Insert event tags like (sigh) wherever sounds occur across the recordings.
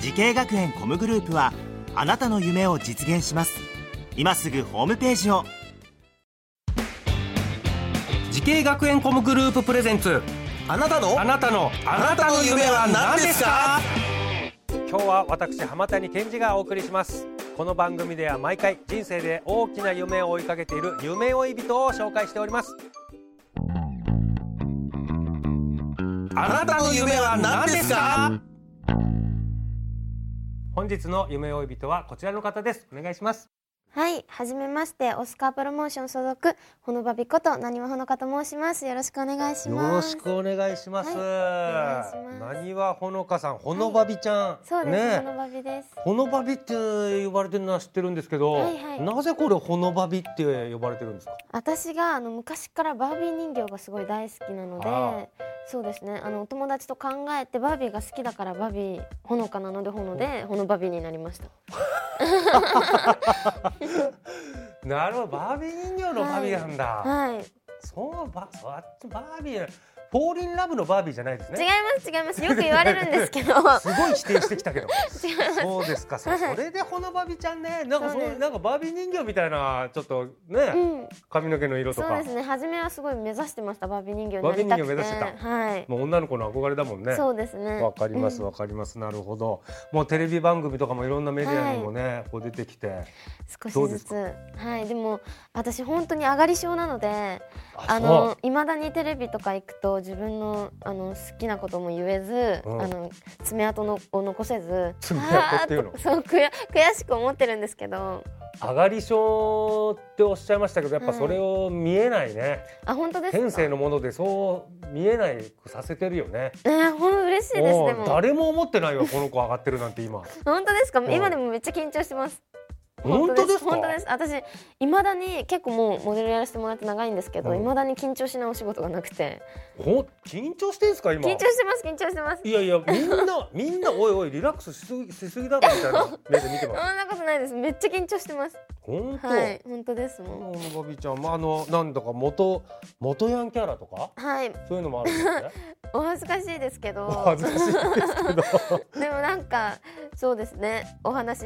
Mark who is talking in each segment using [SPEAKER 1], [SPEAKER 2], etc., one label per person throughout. [SPEAKER 1] 時系学園コムグループはあなたの夢を実現します今すぐホームページを
[SPEAKER 2] 時系学園コムグループプレゼンツ
[SPEAKER 3] あなたの
[SPEAKER 2] あなたの
[SPEAKER 3] な
[SPEAKER 2] あ
[SPEAKER 3] たの夢は何ですか
[SPEAKER 2] 今日は私浜谷健二がお送りしますこの番組では毎回人生で大きな夢を追いかけている夢追い人を紹介しております
[SPEAKER 3] あなたの夢は何ですか
[SPEAKER 2] 本日の夢追い人はこちらの方ですお願いします
[SPEAKER 4] はい、はじめまして、オスカープロモーション所属、ほのばびこと、なにわほのかと申します。よろしくお願いし
[SPEAKER 2] よろ
[SPEAKER 4] ま
[SPEAKER 2] し
[SPEAKER 4] す。
[SPEAKER 2] くお願いします。
[SPEAKER 4] はいお願いします
[SPEAKER 2] なにわほのかさん、ほのばびちゃん。
[SPEAKER 4] そうです、
[SPEAKER 2] ね
[SPEAKER 4] ほのばびです。
[SPEAKER 2] ほのばびって呼ばれてるのは知ってるんですけど、
[SPEAKER 4] はいはい
[SPEAKER 2] なぜこれほのばびって呼ばれてるんですか。
[SPEAKER 4] 私があの昔からバービー人形がすごい大好きなの
[SPEAKER 2] あ
[SPEAKER 4] で、そうですね。あのお友達と考えてバービーが好きだからバービーほのかなのでほのでほのばびになりました。
[SPEAKER 2] なるほど、バービー人形のバービーなんだ。
[SPEAKER 4] はい、違い
[SPEAKER 2] そうば、そっちバービー、フォーリンラブのバービーじゃないですね。
[SPEAKER 4] ます違います。よく言われるんです
[SPEAKER 2] (laughs)
[SPEAKER 4] けど、
[SPEAKER 2] すごい否定してきたけど。
[SPEAKER 4] (laughs) 違います。
[SPEAKER 2] そうですか、そうそれでほのばびちゃんね、なんかそ
[SPEAKER 4] そう
[SPEAKER 2] う
[SPEAKER 4] です
[SPEAKER 2] なんかバービー人形みたいなちょっと
[SPEAKER 4] う
[SPEAKER 2] ね、
[SPEAKER 4] ん、
[SPEAKER 2] 髪の毛の色と
[SPEAKER 4] そう
[SPEAKER 2] か
[SPEAKER 4] で、すね。初めはすごい目指してました。バービー人形になりたくて。
[SPEAKER 2] バービー人形目指して
[SPEAKER 4] はい。
[SPEAKER 2] もう女の子の憧れだもんね。
[SPEAKER 4] そうですね。
[SPEAKER 2] わかります
[SPEAKER 4] うん
[SPEAKER 2] わかります、なるほどもうテレビ番組とかもいろんなメディアにもね、こう出てきて
[SPEAKER 4] 少し
[SPEAKER 2] どうで
[SPEAKER 4] ず
[SPEAKER 2] す
[SPEAKER 4] つはいでも私本当に上がり症なのであ
[SPEAKER 2] そう
[SPEAKER 4] のいまだにテレビとか行くと自分のあの好きなことも言えず、
[SPEAKER 2] うん
[SPEAKER 4] あの爪痕のを残せず
[SPEAKER 2] 爪痕っていうの
[SPEAKER 4] あーっとそう悔や悔しく思ってるんですけど
[SPEAKER 2] 上がり症っておっしゃいましたけどやっぱそれを見えないね、
[SPEAKER 4] あ本当ですか
[SPEAKER 2] 天性のものでそう見えないくさせてるよね
[SPEAKER 4] えー、ほんと嬉しいですで
[SPEAKER 2] もう
[SPEAKER 4] も
[SPEAKER 2] 誰も思ってないわこの子上がってるなんて今
[SPEAKER 4] 本当ですか
[SPEAKER 2] ん
[SPEAKER 4] 今でもめっちゃ緊張してます
[SPEAKER 2] (laughs) 本当ですか
[SPEAKER 4] 本当です私いまだに結構もうモデルやらせてもらって長いんですけど
[SPEAKER 2] うん
[SPEAKER 4] いま、未だに緊張しないお仕事がなくて
[SPEAKER 2] ほん緊張してんすか今
[SPEAKER 4] 緊張してます緊張してます
[SPEAKER 2] いやいやみん (laughs) なみんなおいおいリラックスしすぎしすぎだろみたいな (laughs) 目で見て
[SPEAKER 4] そん
[SPEAKER 2] ます
[SPEAKER 4] なことないですめっちゃ緊張してます
[SPEAKER 2] 本当、
[SPEAKER 4] はい、本当です
[SPEAKER 2] こ
[SPEAKER 4] もん。
[SPEAKER 2] のバビちゃん、まあ、あのなんだか元元ヤンキャラとか
[SPEAKER 4] はい、
[SPEAKER 2] (laughs) そういうのもあるんですね。
[SPEAKER 4] お恥ずかしいですけど。
[SPEAKER 2] お恥ずかしいですけど。
[SPEAKER 4] (laughs) でもなんか、そうですね、お話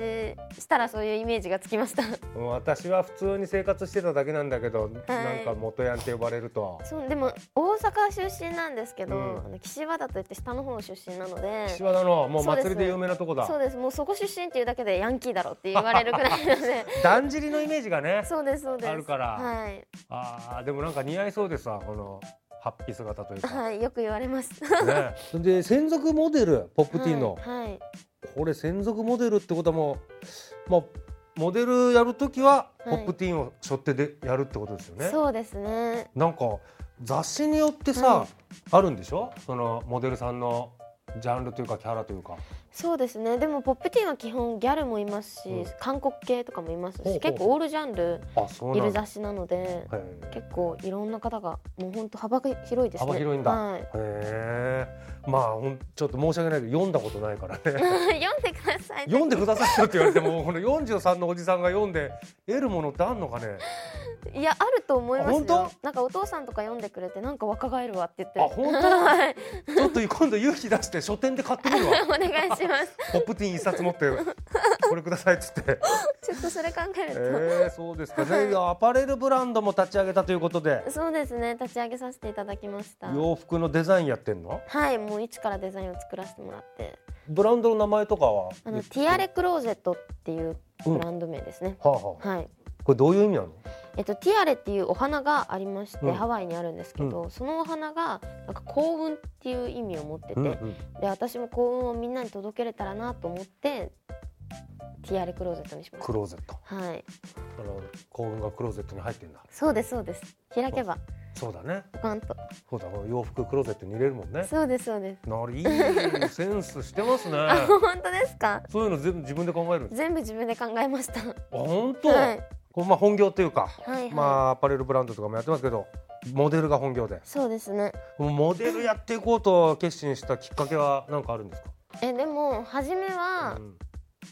[SPEAKER 4] ししたらそういうイメージがつきました。
[SPEAKER 2] 私は普通に生活してただけなんだけど、なんか元ヤンって呼ばれると。
[SPEAKER 4] そう、でも大阪出身なんですけど、
[SPEAKER 2] うん
[SPEAKER 4] あの岸和田といって下の方出身なので。
[SPEAKER 2] 岸和田のもう
[SPEAKER 4] そうです
[SPEAKER 2] 祭りで有名なとこだ
[SPEAKER 4] そう。です、もうそこ出身っていうだけでヤンキーだろって言われるくらいな
[SPEAKER 2] (laughs)
[SPEAKER 4] ので。
[SPEAKER 2] だんじりのイメージがね。
[SPEAKER 4] そうです、そうです。
[SPEAKER 2] あるから
[SPEAKER 4] はい、
[SPEAKER 2] ああ、でもなんか似合いそうですわ、このハッピー姿というか。
[SPEAKER 4] はい、よく言わ
[SPEAKER 2] (laughs)
[SPEAKER 4] れます。
[SPEAKER 2] ね、それで専属モデルポップティーンの、
[SPEAKER 4] はい、はい
[SPEAKER 2] これ専属モデルってことはもう、まあ、モデルやるときは
[SPEAKER 4] はい
[SPEAKER 2] ポップティーンを背負ってでやるってことですよね。
[SPEAKER 4] そうですね。
[SPEAKER 2] なんか雑誌によってさ、
[SPEAKER 4] はい
[SPEAKER 2] あるんでしょそのモデルさんのジャンルというかキャラというか
[SPEAKER 4] そうですねでもポップティーンは基本ギャルもいますし、
[SPEAKER 2] うん
[SPEAKER 4] 韓国系とかもいますし
[SPEAKER 2] ほうほう
[SPEAKER 4] 結構オールジャンル
[SPEAKER 2] あそう
[SPEAKER 4] い
[SPEAKER 2] な
[SPEAKER 4] る
[SPEAKER 2] んだ、
[SPEAKER 4] 雑誌なので
[SPEAKER 2] へえ
[SPEAKER 4] 結構いろんな方がもう本当幅が広いですね
[SPEAKER 2] 幅広いんだ
[SPEAKER 4] はい
[SPEAKER 2] へ
[SPEAKER 4] (laughs)
[SPEAKER 2] えまあほんちょっと申し訳ないけど読んだことないからね (laughs)
[SPEAKER 4] 読んでください
[SPEAKER 2] 読んでくださいよって言われてもこの43のおじさんが読んで得るものってあんのかね
[SPEAKER 4] いやあると思います
[SPEAKER 2] あ本
[SPEAKER 4] よなんかお父さんとか読んでくれてなんか若返るわって言って
[SPEAKER 2] あ本
[SPEAKER 4] (laughs) はい
[SPEAKER 2] 当ちょっと今度勇気出して書店で買ってみるわ
[SPEAKER 4] (laughs) お願い
[SPEAKER 2] (laughs)
[SPEAKER 4] します
[SPEAKER 2] ポップティーン一冊持ってこれくださいっつって
[SPEAKER 4] ちょっと (laughs) それ考える
[SPEAKER 2] ええそうですかねいやアパレルブランドも立ち上げたということで
[SPEAKER 4] とそうですね立ち上げさせていただきました
[SPEAKER 2] 洋服のデザインやってんの
[SPEAKER 4] はいもう一からデザインを作らせてもらって
[SPEAKER 2] ブランドの名前とかは。
[SPEAKER 4] あのティアレクローゼットっていう
[SPEAKER 2] うん
[SPEAKER 4] ブランド名ですね、
[SPEAKER 2] はあはあ。
[SPEAKER 4] はい
[SPEAKER 2] これどういう意味なの。
[SPEAKER 4] えっと、ティアレっていうお花がありまして、
[SPEAKER 2] うん
[SPEAKER 4] ハワイにあるんですけど、そのお花がなんか幸運っていう意味を持ってて、
[SPEAKER 2] うんう
[SPEAKER 4] で
[SPEAKER 2] ん
[SPEAKER 4] 私も幸運をみんなに届けれたらなと思ってティアレクローゼットにしまし
[SPEAKER 2] クローゼット。
[SPEAKER 4] たはい
[SPEAKER 2] あの幸運がクローゼットに入ってんだ。
[SPEAKER 4] そうですそうです開けば
[SPEAKER 2] そうだね
[SPEAKER 4] ポカンと
[SPEAKER 2] そうだ洋服クローゼットに入れるもんね
[SPEAKER 4] そうですそうです
[SPEAKER 2] なるいいセンスしてます
[SPEAKER 4] (laughs)
[SPEAKER 2] ね
[SPEAKER 4] あ本当ですか
[SPEAKER 2] そういうの全部自分で考えるんです
[SPEAKER 4] 全部自分で考えましたは
[SPEAKER 2] あ本当、
[SPEAKER 4] いはい
[SPEAKER 2] こうまあ本業というか、
[SPEAKER 4] はい、
[SPEAKER 2] まあアパレルブランドとかもやってますけどモデルが本業で
[SPEAKER 4] そうですね
[SPEAKER 2] モデルやっていこうと決心したきっかけは何かあるんですか
[SPEAKER 4] えでも初めは
[SPEAKER 2] うん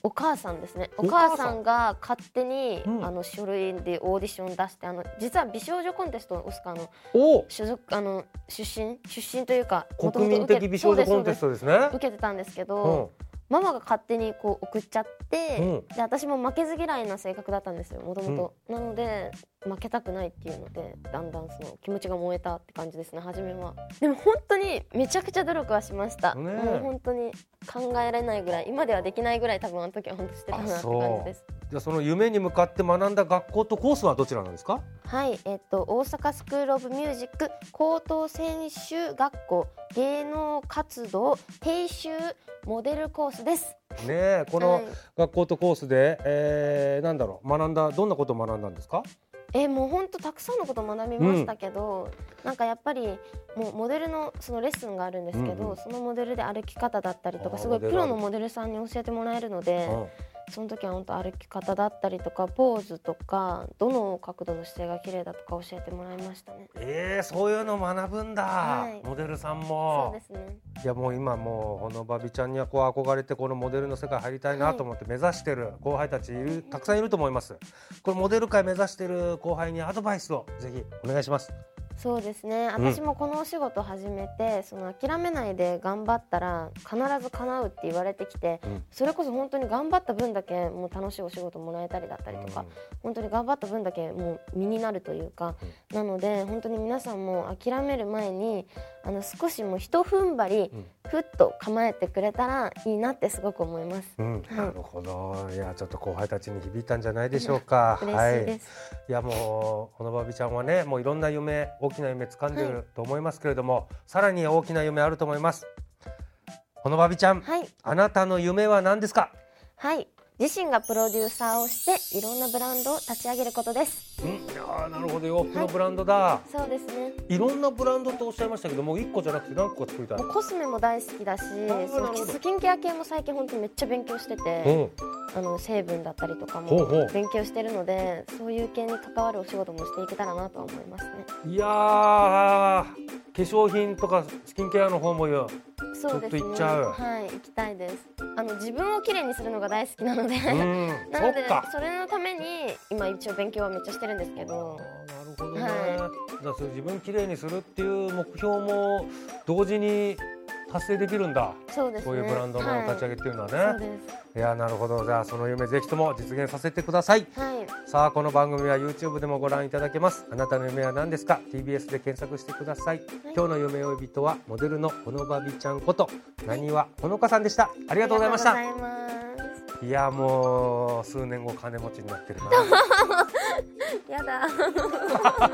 [SPEAKER 4] お母さんですねお
[SPEAKER 2] お母さん
[SPEAKER 4] 母さんが勝手に、
[SPEAKER 2] うん
[SPEAKER 4] あの書類でオーディション出してあの実は美少女コンテストオスカーの
[SPEAKER 2] お
[SPEAKER 4] 所属あの出身出身というか元
[SPEAKER 2] 国
[SPEAKER 4] 々
[SPEAKER 2] 民
[SPEAKER 4] 受け
[SPEAKER 2] 的美少女コンテス
[SPEAKER 4] そうですそう
[SPEAKER 2] トですね
[SPEAKER 4] です受けてたんですけ
[SPEAKER 2] う
[SPEAKER 4] ど
[SPEAKER 2] ん、
[SPEAKER 4] ママが勝手にこう送っちゃって、
[SPEAKER 2] うん
[SPEAKER 4] で私も負けず嫌いな性格だったんですよもともとなので負けたくないっていうのでだんだんその気持ちが燃えたって感じですね初めはでも本当にめちゃくちゃ努力はしました、
[SPEAKER 2] ねえ
[SPEAKER 4] もう本当に考えられないぐらい今ではできないぐらい多分あの時は本当してたなって
[SPEAKER 2] あそう
[SPEAKER 4] 感じです
[SPEAKER 2] じゃあその夢に向かって学んだ学校とコースはどちらなんですか
[SPEAKER 4] はい、えっと大阪スクールオブミュージック高等専修学校芸能活動定修モデルコースです。
[SPEAKER 2] ねえこ
[SPEAKER 4] はい
[SPEAKER 2] の、学校とコースで、えー、なんだろう学んだどんなことを学んだんですか
[SPEAKER 4] えもう本当たくさんのこと学びましたけど、なんかやっぱりもうモデルのそのレッスンがあるんですけど、
[SPEAKER 2] うんうん
[SPEAKER 4] そのモデルで歩き方だったりと
[SPEAKER 2] あ
[SPEAKER 4] か
[SPEAKER 2] ー
[SPEAKER 4] すごい
[SPEAKER 2] モデ
[SPEAKER 4] プ
[SPEAKER 2] ルあ
[SPEAKER 4] ロ
[SPEAKER 2] る
[SPEAKER 4] のモデルさんに教えてもらえるので、その時は本当歩き方だったりとかポーズとかどの角度の姿勢が綺麗だとか教えてもらいましたね。
[SPEAKER 2] えー、そういうの学ぶんだ、
[SPEAKER 4] はい
[SPEAKER 2] モデルさん
[SPEAKER 4] そ
[SPEAKER 2] も
[SPEAKER 4] うですね。
[SPEAKER 2] いやもう今もうほのばびちゃんにはこう憧れてこのモデルの世界入りたいな
[SPEAKER 4] はい
[SPEAKER 2] と思って目指してる後輩たちいるたくさんいると思いますこれモデル界目指してる後輩にアドバイスをぜひお願いします
[SPEAKER 4] そうですね
[SPEAKER 2] うん
[SPEAKER 4] 私もこのお仕事始めて、その諦めないで頑張ったら必ず叶うって言われてきて、
[SPEAKER 2] うん
[SPEAKER 4] それこそ本当に頑張った分だけもう楽しいお仕事もらえたりだったりとか、本当に頑張った分だけもう身になるというか、なので本当に皆さんも諦める前にあの少しもうひと踏ん張り、
[SPEAKER 2] うん
[SPEAKER 4] ふっと構えてくれたらいいなってすごく思います。
[SPEAKER 2] うん、なるほどいやちょっと後輩たちに響いたんじゃないでしょうか
[SPEAKER 4] 嬉
[SPEAKER 2] は
[SPEAKER 4] しい
[SPEAKER 2] い
[SPEAKER 4] です、
[SPEAKER 2] いやもうこのばびちゃんはねもういろんな夢大きな夢掴んで
[SPEAKER 4] は
[SPEAKER 2] ると思いますけれども、さらに大きな夢あると思いますこのばびちゃん、
[SPEAKER 4] はい
[SPEAKER 2] あなたの夢は何ですか
[SPEAKER 4] はい、自身がプロデューサーをしていろんなブランドを立ち上げることです。
[SPEAKER 2] うん、いやーなるほど洋服の
[SPEAKER 4] はい
[SPEAKER 2] ブランドだ、
[SPEAKER 4] そうですね
[SPEAKER 2] い、ろんなブランドとおっしゃいましたけどもう一個じゃなくて何個か作りたい、
[SPEAKER 4] もうコスメも大好きだし
[SPEAKER 2] なるほ
[SPEAKER 4] そ
[SPEAKER 2] ど
[SPEAKER 4] のスキンケア系も最近本当にめっちゃ勉強して
[SPEAKER 2] う
[SPEAKER 4] て
[SPEAKER 2] ん、
[SPEAKER 4] あの成分だったりとか
[SPEAKER 2] ほう
[SPEAKER 4] も
[SPEAKER 2] ほう
[SPEAKER 4] 勉強してるのでそういう系に関わるお仕事もしていけたらなとは思いますね
[SPEAKER 2] いやー化粧品とかスキンケアの方もよ
[SPEAKER 4] そうですね
[SPEAKER 2] ちょっと行っちゃう
[SPEAKER 4] はい行きたいですあの自分を綺麗にするのが大好 (laughs) きなので、
[SPEAKER 2] うん
[SPEAKER 4] な
[SPEAKER 2] そ
[SPEAKER 4] の
[SPEAKER 2] っ
[SPEAKER 4] で
[SPEAKER 2] か
[SPEAKER 4] それのために今一応勉強はめっちゃしてるんですけど
[SPEAKER 2] あーなるほどね、
[SPEAKER 4] はい
[SPEAKER 2] だからそれ自分きれいにするっていう目標も同時に達成できるんだ
[SPEAKER 4] そうですね
[SPEAKER 2] そういうブランドの立ち上げっていうのはね、
[SPEAKER 4] はい、そ
[SPEAKER 2] い、
[SPEAKER 4] うです
[SPEAKER 2] やなるほどじゃあその夢ぜひとも実現させてください
[SPEAKER 4] はい
[SPEAKER 2] さあこの番組は YouTube でもご覧いただけますあなたの夢は何ですか TBS で検索してください、今日の夢追い人はモデルのほのばびちゃんことなにわほのかさんでしたありがとうございました
[SPEAKER 4] ありがとうございま
[SPEAKER 2] いやもう数年後金持ちになってるな
[SPEAKER 4] すやだ